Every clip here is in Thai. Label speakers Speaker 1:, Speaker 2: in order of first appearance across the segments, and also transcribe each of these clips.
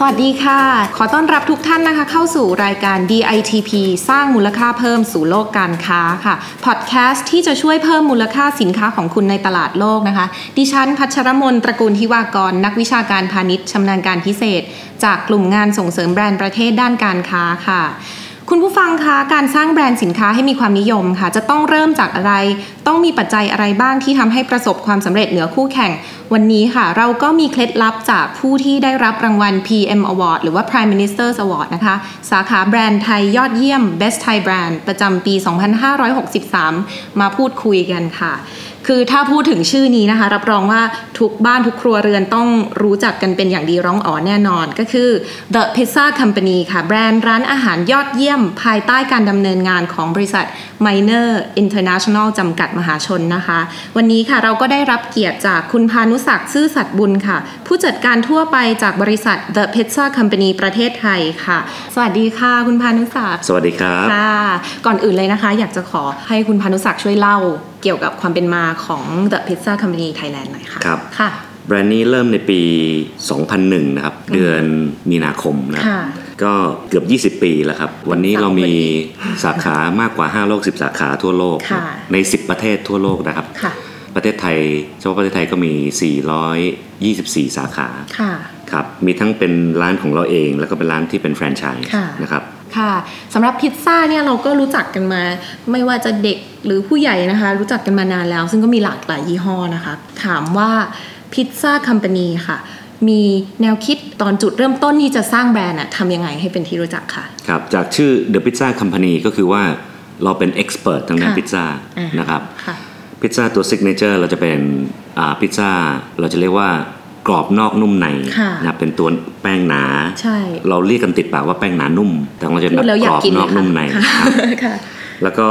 Speaker 1: สวัสดีค่ะ ขอต้อนรับทุกท่านนะคะ เข้าสู่รายการ DITP สร้างมูลค่าเพิ่มสู่โลกการค้าค่ะ พอดแคสต์ที่จะช่วยเพิ่มมูลค่าสินค้าของคุณในตลาดโลกนะคะ ดิฉันพัชรมนตระกูลทิวากร นักวิชาการพาณิชย์ชำนาญการพิเศษ จากกลุ่มงานส่งเสริมแบรนด์ประเทศด้านการค้าค่ะ คุณผู้ฟังคะการสร้างแบรนด์สินค้าให้มีความนิยมค่ะ จะต้องเริ่มจากอะไร ต้องมีปัจจัยอะไรบ้างที่ทำให้ประสบความสำเร็จเหนือคู่แข่ง วันนี้ค่ะ เราก็มีเคล็ดลับจากผู้ที่ได้รับรางวัล PM Award หรือว่า Prime Minister's Award นะคะ สาขาแบรนด์ไทยยอดเยี่ยม Best Thai Brand ประจำปี 2563 มาพูดคุยกันค่ะ คือถ้าพูดถึงชื่อนี้นะคะ รับรองว่าทุกบ้านทุกครัวเรือนต้องรู้จักกันเป็นอย่างดีร้องอ๋อแน่นอน ก็คือ The Pizza Company ค่ะ แบรนด์ร้านอาหารยอดเยี่ยม ภายใต้การดำเนินงานของบริษัท Minor International จำกัดมหาชนนะคะ วันนี้ค่ะเราก็ได้รับเกียรติจากคุณพานุศักดิ์ซื่อสัตย์บุญค่ะ ผู้จัดการทั่วไปจากบริษัท The Pizza Company ประเทศไทยค่ะ สวัสดีค่ะ คุณพานุศักดิ์
Speaker 2: สวัสดีครับ
Speaker 1: ค่ะ ก่อนอื่นเลยนะคะ อยากจะขอให้คุณพานุศักดิ์ช่วยเล่าเกี่ยวกับความเป็นมาของ The Pizza Company Thailand หน่อยค่ะ
Speaker 2: ครับ
Speaker 1: ค่ะ
Speaker 2: แบรนด์นี้เริ่มในปี 2001 นะครับ เดือนมีนาคมนะครับ
Speaker 1: ค่ะ
Speaker 2: ก็เกือบ 20 ปีแล้วครับ วันนี้เรามีสาขามากกว่า 5 โลก 10 สาขาทั่วโลก
Speaker 1: ค่ะ
Speaker 2: ใน 10 ประเทศทั่วโลกนะครับ
Speaker 1: ค่ะ
Speaker 2: ประเทศไทยเฉพาะประเทศไทยก็มี 424 สาขา
Speaker 1: ค่ะ
Speaker 2: ครับ มีทั้งเป็นร้านของเราเอง แล้วก็เป็นร้านที่เป็นแฟรนไชส์
Speaker 1: ค่ะ
Speaker 2: นะครับ
Speaker 1: ค่ะสำหรับพิซซ่าเนี่ยเราก็รู้จักกันมา ไม่ว่าจะเด็กหรือผู้ใหญ่นะคะ รู้จักกันมานานแล้ว ซึ่งก็มีหลากหลายยี่ห้อนะคะ ถามว่าพิซซ่าคัมปานีค่ะ มีแนวคิดตอนจุดเริ่มต้นที่จะสร้างแบรนด์อะทำยังไงให้เป็นที่รู้จักค่ะ
Speaker 2: ครับจากชื่อ The Pizza Company ก็คือว่าเราเป็น expert ทางด้าน
Speaker 1: ค่ะ
Speaker 2: พิซซ่า
Speaker 1: อ่า
Speaker 2: นะครับ
Speaker 1: ค่ะ
Speaker 2: พิซซ่าตัวซิกเนเจอร์เราจะเป็นอ่าพิซซ่าเราจะเรียกว่ากรอบนอกนุ่มใน
Speaker 1: ค่ะ
Speaker 2: นะครับเป็นตัวแป้งหนา
Speaker 1: ใช่
Speaker 2: เราเรียกกันติดปากว่าแป้งหนานุ่ม แต่ของเราจะ
Speaker 1: พูดแล้ว
Speaker 2: ก
Speaker 1: อยาร ก
Speaker 2: อบ
Speaker 1: กิน
Speaker 2: น
Speaker 1: เล
Speaker 2: อย ก
Speaker 1: ค่ะ
Speaker 2: นุ่มใน
Speaker 1: ค่ะ
Speaker 2: แล้วก็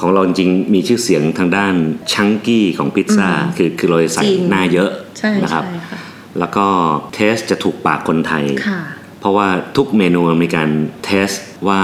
Speaker 2: ของเราจริงๆมีชื่อเสียงทางด้านชังกี้ของพิซซ่า
Speaker 1: อืม
Speaker 2: คือคือเราจะใส่
Speaker 1: จริง
Speaker 2: หน้าเยอะ
Speaker 1: ใช่
Speaker 2: นะครับ
Speaker 1: ใช่ค่ะ
Speaker 2: แล้วก็เทสจะถูกปากคนไทย
Speaker 1: ค่ะ
Speaker 2: เพราะว่าทุกเมนูมันมีการเทสว่า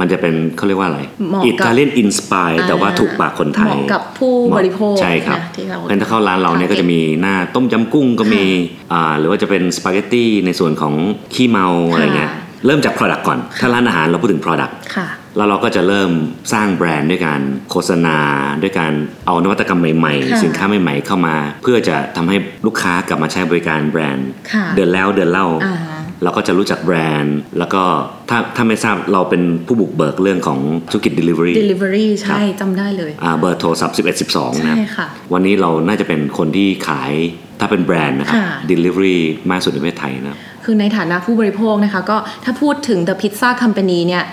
Speaker 2: มันจะเป็นเขาเรียกว่าอะไร
Speaker 1: เหมาะกับ
Speaker 2: อิตาเลียนอินสปายแต่ว่าถูกปากคนไทย
Speaker 1: เหมาะกับผู้บริโภค
Speaker 2: ใช่ครับ
Speaker 1: นะที่เรา
Speaker 2: เพราะฉะนั้นถ้าเข้าร้านเราเนี่ยก็จะมีหน้าต้มยำกุ้งก็มีอ่าหรือว่าจะเป็นสปาเกตตี้ในส่วนของขี้เมาอะไรเงี้ย
Speaker 1: ค่ะ
Speaker 2: เริ่มจาก Product ก่อน ถ้าร้านอาหารเราพูดถึง Product
Speaker 1: ค่ะ
Speaker 2: แล้วเราก็จะเริ่มสร้างแบรนด์ด้วยการโฆษณา ด้วยการเอานวัตกรรมใหม่
Speaker 1: ค่ะ
Speaker 2: ๆ สินค้าใหม่ ๆ เข้ามา เพื่อจะทำให้ลูกค้ากลับมาใช้บริการแบรนด์
Speaker 1: ค่ะ
Speaker 2: เดือนแล้วเดือนเล่า
Speaker 1: อ่าฮะ
Speaker 2: เราก็จะรู้จักแบรนด์ แล้วก็ถ้าถ้าไม่ทราบเราเป็นผู้บุกเบิกเรื่องของธุรกิจ Delivery
Speaker 1: delivery
Speaker 2: ครั
Speaker 1: ใช่
Speaker 2: บ
Speaker 1: จำได้เลย
Speaker 2: อ่าเบอร์โทรศัพท์11 12 นะ
Speaker 1: ใช่ค่ะ
Speaker 2: วันนี้เราน่าจะเป็นคนที่ขายถ้าเป็นแบรนด์นะครับ
Speaker 1: ค่ะ
Speaker 2: Delivery มากสุดในประเทศไทยนะ
Speaker 1: คือในฐานะผู้บริโภคนะคะ ก็ถ้าพูดถึง The Pizza Company เนี่ย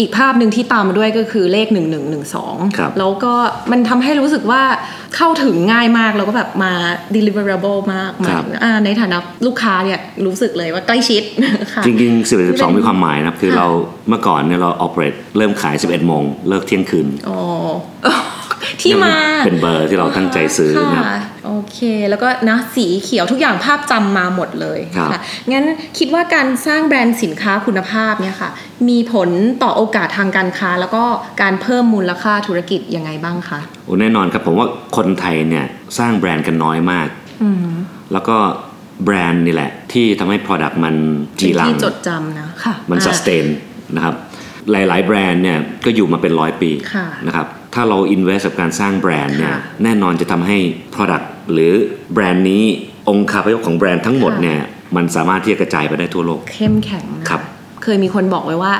Speaker 1: อีกภาพหนึ่งที่ตามมาด้วยก็คือเลข
Speaker 2: ครับ
Speaker 1: 1112 แล้วก็มันทำให้รู้สึกว่าเข้าถึงง่ายมากแล้วก็แบบมา deliverable มากมาอ่าในฐานะลูกค้าเนี่ยรู้สึกเลยว่าใกล้ชิด ค่ะ
Speaker 2: จริงๆ 11 12 มีความหมายนะครับ คือ
Speaker 1: ค่ะ
Speaker 2: เราเมื่อก่อนเนี่ยเราออเปเรตเริ่มขาย 11 โมง เลิกเที่ยงคืน
Speaker 1: อ๋อ ที่มา
Speaker 2: เป็นเบอร์ที่เราตั้งใจซื้อนะครับ
Speaker 1: ค่ะโอเคแล้วก็นะสีเขียวทุกอย่างภาพจำมาหมดเลย
Speaker 2: ครับ
Speaker 1: ค่ะงั้นคิดว่าการสร้างแบรนด์สินค้าคุณภาพเนี่ยค่ะ มีผลต่อโอกาสทางการค้า แล้วก็การเพิ่มมูลค่าธุรกิจยังไงบ้างคะ
Speaker 2: โอ้แน่นอนครับ ผมว่าคนไทยเนี่ย สร้างแบรนด์กันน้อยมาก
Speaker 1: อืม
Speaker 2: แล้วก็แบรนด์นี่แหละ ที่ทำให้ Product มันจีรัง
Speaker 1: ที่จดจำนะค่ะ
Speaker 2: มัน
Speaker 1: อ่า
Speaker 2: sustain นะครับ หลาย ๆ แบรนด์เนี่ยก็อยู่มาเป็นร้อยปี
Speaker 1: ค่ะ
Speaker 2: นะครับ ถ้าเรา invest กับการสร้างแบรนด์เนี่ย
Speaker 1: ค่ะ
Speaker 2: แน่นอนจะทำให้ product หรือแบรนด์นี้องค์คาพยพของแบรนด์ทั้งหมด
Speaker 1: ค่ะ
Speaker 2: เนี่ยมันสามารถที่จะกระจายไปได้ทั่วโลก
Speaker 1: เข้มแข็งนะครับ เคยมีคนบอกไว้ว่า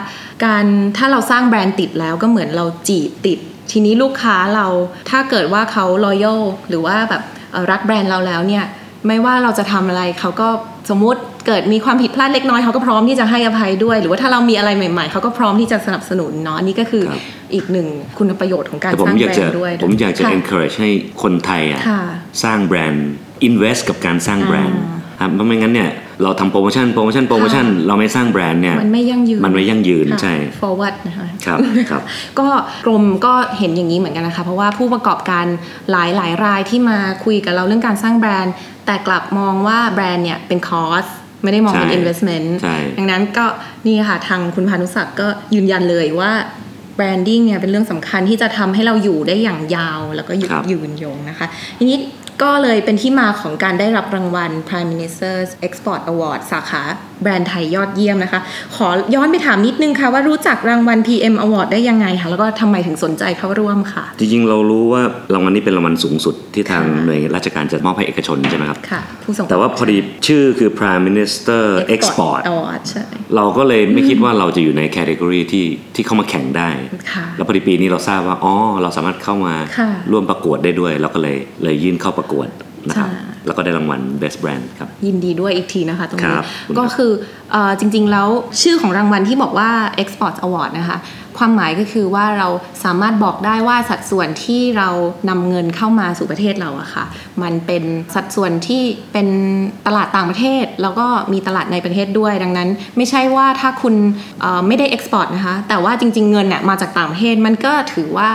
Speaker 1: การถ้าเราสร้างแบรนด์ติดแล้วก็เหมือนเราจีบติด ทีนี้ลูกค้าเราถ้าเกิดว่าเขา loyal หรือว่าแบบเอ่อรักแบรนด์เราแล้วเนี่ย ไม่ว่าเราจะทำอะไรเขาก็สมมติเกิดมีความผิดพลาดเล็กน้อยเขาก็พร้อมที่จะให้อภัยด้วย หรือว่าถ้าเรามีอะไรใหม่ ๆ เขาก็พร้อมที่จะสนับสนุนเนาะอันนี่ก็คือ
Speaker 2: ครับ
Speaker 1: อีกหนึ่งคุณประโยชน์ของการ
Speaker 2: แต่ผ
Speaker 1: ส
Speaker 2: ม
Speaker 1: ร้าง
Speaker 2: อยา
Speaker 1: แบ
Speaker 2: ก
Speaker 1: ร
Speaker 2: จะ
Speaker 1: นด์ด้วย
Speaker 2: ผมอยากจะ
Speaker 1: ค่
Speaker 2: encourage ให้คนไทยอ่ะ
Speaker 1: ค่ะ
Speaker 2: สร้างแบรนด์ invest กับการสร้างแบรนด์ครับเพราะไม่งั้นเนี่ย เราทำโปรโมชั่นโปรโมชั่นโปรโมชั่นเราไม่สร้างแบรนด์เนี่ย
Speaker 1: มันไม่ยั่งยืน
Speaker 2: มันไม่ยั่งยืน
Speaker 1: ค่ะ
Speaker 2: ใช่
Speaker 1: forward นะคะ
Speaker 2: ครับครับ
Speaker 1: ก็กรมก็เห็นอย่างนี้เหมือนกันนะคะ เพราะว่าผู้ประกอบการหลายหลายรายที่มาคุยกับเราเรื่องการสร้างแบรนด์ แต่กลับมองว่าแบรนด์เนี่ยเป็นคอสไม่ได้มองเป็น
Speaker 2: ใช่
Speaker 1: investment
Speaker 2: ใช่
Speaker 1: ดังนั้นก็นี่ค่ะทางคุณพานุศักดิ์ก็ยืนยันเลยว่าแบรนดิ้งเนี่ยเป็นเรื่องสำคัญที่จะทำให้เราอยู่ได้อย่างยาวแล้วก็อยู่
Speaker 2: ครับ
Speaker 1: ยืนยงนะคะ ทีนี้ก็เลยเป็นที่มาของการได้รับรางวัล Prime Minister's Export Award สาขาแบรนด์ไทยยอดเยี่ยมนะคะ ขอย้อนไปถามนิดนึงค่ะว่ารู้จักรางวัล PM Award ได้ยังไงคะแล้วก็ทำไมถึงสนใจเข้าร่วมค่ะ
Speaker 2: จริงๆ เรารู้ว่ารางวัลนี้เป็นรางวัลสูงสุดที่ทาง
Speaker 1: ค่ะ
Speaker 2: หน่วยราชการจะมอบให้เอกชนใช่ไหมครับ
Speaker 1: ค่ะ ผู้ส่ง
Speaker 2: แต่ว่าพอดีชื่อคือ Prime Minister Export
Speaker 1: Award ใช่
Speaker 2: เราก็เลยไม่คิดว่าเราจะอยู่ในแคตตากรีที่ที่เข้ามาแข่งได้
Speaker 1: ค่ะ
Speaker 2: แล้วพอดีปีนี้เราทราบว่าอ๋อเราสามารถเข้ามา
Speaker 1: ค่ะ
Speaker 2: ร่วมประกวดได้ด้วย เราก็เลยเลยยื่นเข้าประกวดนะครับ
Speaker 1: ค่ะ
Speaker 2: แล้วก็ได้รางวัล Best Brand ครับ
Speaker 1: ยินดีด้วยอีกทีนะคะตรง
Speaker 2: ค
Speaker 1: นี้
Speaker 2: รับคุณ
Speaker 1: ก็คือเอ่อจริงๆแล้วชื่อของรางวัลที่บอกว่า Export Award นะคะ ความหมายก็คือว่าเราสามารถบอกได้ว่าสัดส่วนที่เรานำเงินเข้ามาสู่ประเทศเราอะค่ะ มันเป็นสัดส่วนที่เป็นตลาดต่างประเทศ แล้วก็มีตลาดในประเทศด้วย ดังนั้น ไม่ใช่ว่าถ้าคุณเอ่อไม่ได้ Export นะคะ แต่ว่าจริง ๆ เงินเนี่ยมาจากต่างประเทศมันก็ถือว่า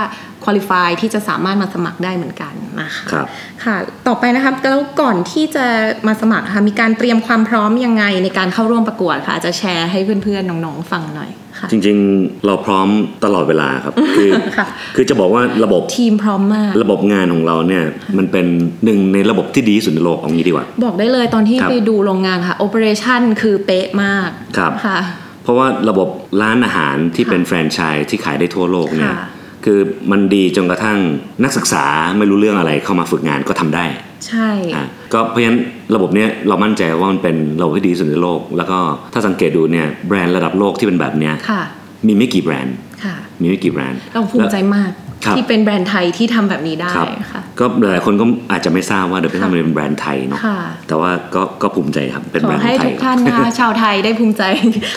Speaker 1: คุริฟายที่จะสามารถมาสมัครได้เหมือนกันนะคะ
Speaker 2: ครับ
Speaker 1: ค่ะ ต่อไปนะคะแล้วก่อนที่จะมาสมัครนะค่ะมีการเตรียมความพร้อมยังไงในการเข้าร่วมประกวดค่ะอาจจะแชร์ให้เพื่อนๆ น้องๆ ฟังหน่อยค่ะ
Speaker 2: จริงๆ เราพร้อมตลอดเวลาครับคือ
Speaker 1: ค่ะ
Speaker 2: คือจะบอกว่าระบบ
Speaker 1: ทีมพร้อมมาก
Speaker 2: ระบบงานของเราเนี่ยมันเป็นหนึ่งในระบบที่ดีที่สุดในโลกเอางี้ดีกว่า
Speaker 1: บอกได้เลยตอนที่
Speaker 2: ครับ
Speaker 1: ไปดูโรงงานค่ะ โอเปอเรชั่นคือเป๊ะมาก
Speaker 2: ครับ
Speaker 1: ค่ะ
Speaker 2: เพราะว่าระบบร้านอาหารที่เป็นแฟรนไชส์ที่ขายได้ทั่วโลกเนี่ย
Speaker 1: ค่ะ
Speaker 2: คือมันดีจนกระทั่งนักศึกษาไม่รู้เรื่องอะไรเข้ามาฝึกงานก็ทำได้
Speaker 1: ใช่
Speaker 2: อ่ะก็เพราะฉะนั้นระบบเนี้ยเรามั่นใจว่ามันเป็นระบบที่ดีที่สุดในโลก แล้วก็ถ้าสังเกตดูเนี่ยแบรนด์ระดับโลกที่เป็นแบบเนี้ย
Speaker 1: ค่ะ
Speaker 2: มีไม่กี่แบรนด์
Speaker 1: ค่ะ
Speaker 2: มีไม่กี่แบรนด์
Speaker 1: เราภูมิใจมาก
Speaker 2: ครับ
Speaker 1: ที่เป็นแบรนด์ไทยที่ทำแบบนี้ได้
Speaker 2: ครับ
Speaker 1: ค่ะ
Speaker 2: ก็หลายคนก็อาจจะไม่ทราบว่าเดอะพิทัมเป็นแบรนด์ไทยเนาะ
Speaker 1: ค่ะ
Speaker 2: แต่ว่าก็ก็ภูมิใจครับเป็น
Speaker 1: ข
Speaker 2: แบร
Speaker 1: อน
Speaker 2: ด์
Speaker 1: ให้
Speaker 2: ไท
Speaker 1: ทุ
Speaker 2: ย
Speaker 1: กท่าน นะคะ ชาวไทยได้ภูมิใจ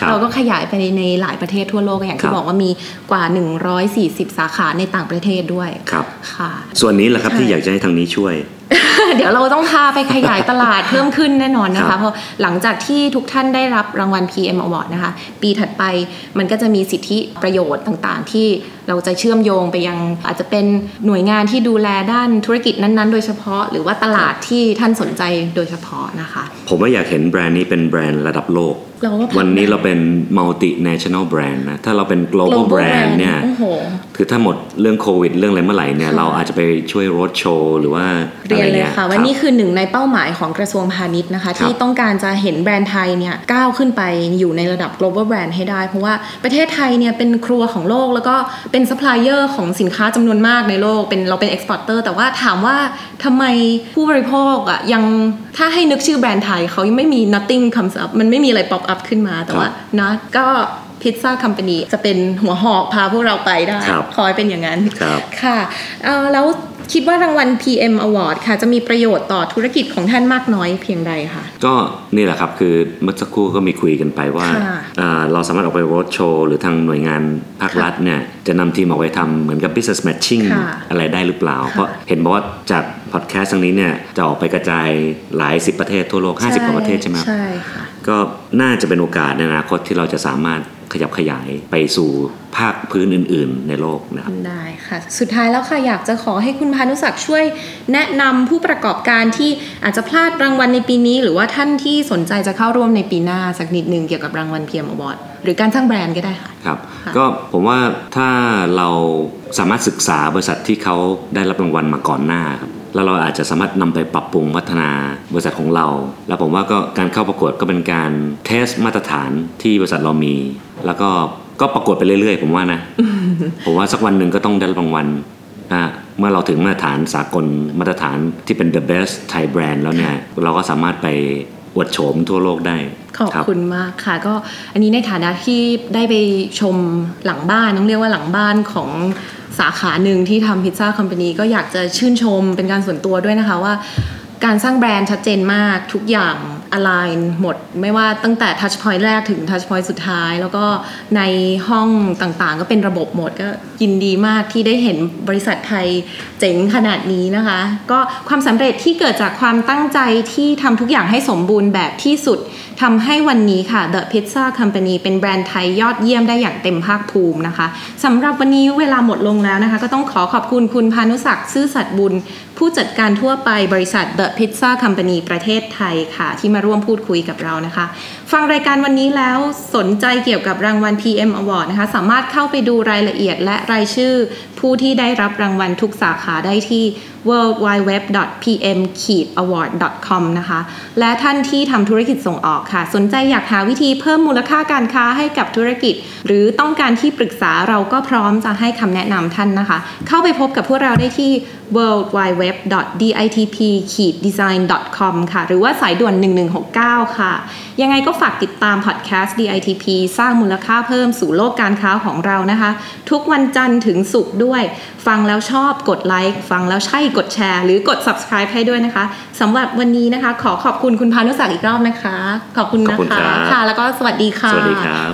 Speaker 2: ครับ
Speaker 1: เราก็ขยายไปในหลายประเทศทั่วโลกอย่าง
Speaker 2: ครั
Speaker 1: ที่
Speaker 2: บ
Speaker 1: บอกว่ามีกว่า 140 สาขาในต่างประเทศด้วย
Speaker 2: ครับ
Speaker 1: ค่ะ
Speaker 2: ส่วนนี้แหละครับ
Speaker 1: ใช่
Speaker 2: ที่อยากจะให้ทางนี้ช่วย
Speaker 1: เดี๋ยวเราต้องพาไปขยายตลาด เพิ่มขึ้นแน่นอนนะ
Speaker 2: ครั
Speaker 1: คะ
Speaker 2: บ
Speaker 1: เพราะหลังจากที่ทุกท่านได้รับรางวัล PM Award นะคะ ปีถัดไปมันก็จะมีสิทธิประโยชน์ต่างๆ ที่เราจะเชื่อมโยงไปยังอาจจะเป็นหน่วยงานที่ดูแลด้านธุรกิจนั้นๆ โดยเฉพาะ หรือว่าตลาดที่ท่านสนใจโดยเฉพาะนะคะ
Speaker 2: ผมว่าอยากเห็นแบรนด์นี้เป็นแบรนด์ระดับโลก
Speaker 1: เราก็
Speaker 2: วันนี้เราเป็น multinational brand นะถ้าเราเป็น global brand เนี่ย
Speaker 1: โอ้โห
Speaker 2: คือถ้าหมดเรื่องโควิด เรื่องอะไรเมื่อไหร่เนี่ย
Speaker 1: ค่ะ
Speaker 2: เราอาจจะไปช่วยรถโชว์หรือว่า
Speaker 1: เรียนเลยค่ะ
Speaker 2: อไรงี้
Speaker 1: ว่านี่
Speaker 2: รับ
Speaker 1: คือหนึ่งในเป้าหมายของกระทรวงพาณิชย์นะคะ ที่ต้องการจะเห็นแบรนด์ไทยเนี่ยก้าวขึ้นไปอยู่ในระดับ global brand ให้ได้ เพราะว่าประเทศไทยเนี่ยเป็นครัวของโลกแล้วก็เป็น supplier ของสินค้าจำนวนมากในโลกเป็นเราเป็น exporter แต่ว่าถามว่าทำไมผู้บริโภคอ่ะยังถ้าให้นึกชื่อแบรนด์ไทยเขายังไม่มี nothing comes up มันไม่มีอะไร pop up ขึ้นมาแต่ว่านะก็พิซซ่าคัมปานีจะเป็นหัวหอกพาพวกเราไปได้
Speaker 2: ครับ
Speaker 1: ขอให้เป็นอย่างนั้น
Speaker 2: ครับ
Speaker 1: ค่ะเอ่อแล้วคิดว่ารางวัล PM Award ค่ะ จะมีประโยชน์ต่อธุรกิจของท่านมากน้อยเพียงใดค่ะ
Speaker 2: ก็นี่แหละครับคือเมื่อสักครู่ก็มีคุยกันไปว่า
Speaker 1: ค่ะ
Speaker 2: เอ่อเราสามารถออกไปรถโชว์หรือทางหน่วยงานภาครัฐเนี่ยจะนำทีมออกไปทำเหมือนกับ business matching
Speaker 1: ค่ะ
Speaker 2: อะไรได้หรือเปล่า
Speaker 1: ค่ะ
Speaker 2: เพราะเห็นบอกว่าจากพอดแคสต์ทางนี้เนี่ยจะออกไปกระจายหลายสิบประเทศทั่วโลก 50กว่าประเทศใช่ไหมครับ
Speaker 1: ใช่ค่ะ
Speaker 2: ก็น่าจะเป็นโอกาสในอนาคตที่เราจะสามารถขยับขยายไปสู่ภาคพื้นอื่น ๆ ในโลกนะครับ
Speaker 1: ได้ค่ะ สุดท้ายแล้วค่ะอยากจะขอให้คุณพานุศักดิ์ช่วยแนะนำผู้ประกอบการที่อาจจะพลาดรางวัลในปีนี้ หรือว่าท่านที่สนใจจะเข้าร่วมในปีหน้าสักนิดหนึ่งเกี่ยวกับรางวัล PM Award หรือการสร้างแบรนด์ก็ได้ค่ะ
Speaker 2: ครับ
Speaker 1: ค่ะ
Speaker 2: ก็ผมว่าถ้าเราสามารถศึกษาบริษัทที่เขาได้รับรางวัลมาก่อนหน้าครับแล้วเราอาจจะสามารถนำไปปรับปรุงพัฒนาบริษัทของเรา แล้วผมว่าก็การเข้าประกวดก็เป็นการเทสมาตรฐานที่บริษัทเรามี แล้วก็ก็ประกวดไปเรื่อยๆ ผมว่านะ ผมว่าสักวันหนึ่งก็ต้องได้รับรางวัลนะเมื่อเราถึงมาตรฐานสากลมาตรฐานที่เป็น the best Thai brand แล้วเนี่ยเราก็สามารถไปอวดโฉมทั่วโลกได้
Speaker 1: ขอบ
Speaker 2: รั
Speaker 1: คุณมากค่ะ ก็อันนี้ในฐานะที่ได้ไปชมหลังบ้านต้องเรียกว่าหลังบ้านของสาขาหนึ่งที่ทำพิซซ่าคอมพานีก็อยากจะชื่นชมเป็นการส่วนตัวด้วยนะคะว่า การสร้างแบรนด์ชัดเจนมากทุกอย่าง align หมด ไม่ว่าตั้งแต่ touch point แรกถึง touch point สุดท้าย แล้วก็ในห้องต่างๆ ก็เป็นระบบหมดก็ยินดีมากที่ได้เห็นบริษัทไทยเจ๋งขนาดนี้นะคะ ก็ความสำเร็จที่เกิดจากความตั้งใจที่ทำทุกอย่างให้สมบูรณ์แบบที่สุดทำให้วันนี้ค่ะ The Pizza Company เป็นแบรนด์ไทยยอดเยี่ยมได้อย่างเต็มภาคภูมินะคะสำหรับวันนี้เวลาหมดลงแล้วนะคะ ก็ต้องขอขอบคุณคุณพานุศักดิ์ซื่อสัตย์บุญ ผู้จัดการทั่วไปบริษัท The Pizza Company ประเทศไทยค่ะ ที่มาร่วมพูดคุยกับเรานะคะ ฟังรายการวันนี้แล้วสนใจเกี่ยวกับรางวัล PM Award นะคะ สามารถเข้าไปดูรายละเอียดและรายชื่อ ผู้ที่ได้รับรางวัลทุกสาขาได้ที่ worldwideweb.pm-award.com นะคะ และท่านที่ทำธุรกิจส่งออกค่ะ สนใจอยากหาวิธีเพิ่มมูลค่าการค้าให้กับธุรกิจ หรือต้องการที่ปรึกษาเราก็พร้อมจะให้คำแนะนำท่านนะคะ เข้าไปพบกับพวกเราได้ที่ worldwideweb.ditp-design.com ค่ะ หรือว่าสายด่วน 1169 ค่ะ ยังไงก็ฝากติดตามพอดแคสต์ DITP สร้างมูลค่าเพิ่มสู่โลกการค้าของเรานะคะ ทุกวันจันทร์ถึงศุกร์ด้วย ฟังแล้วชอบกดไลค์ฟังแล้วใช่กดแชร์ หรือกด subscribe ให้ด้วยนะคะสำหรับวันนี้นะคะ ขอขอบคุณคุณพานุศักดิ์อีกรอบนะคะ ขอบคุณนะ
Speaker 2: ขอบคุณครั
Speaker 1: คะ
Speaker 2: บ
Speaker 1: ค่ะ แล้วก็สวัสดีค่ะ
Speaker 2: สวัสดีครับ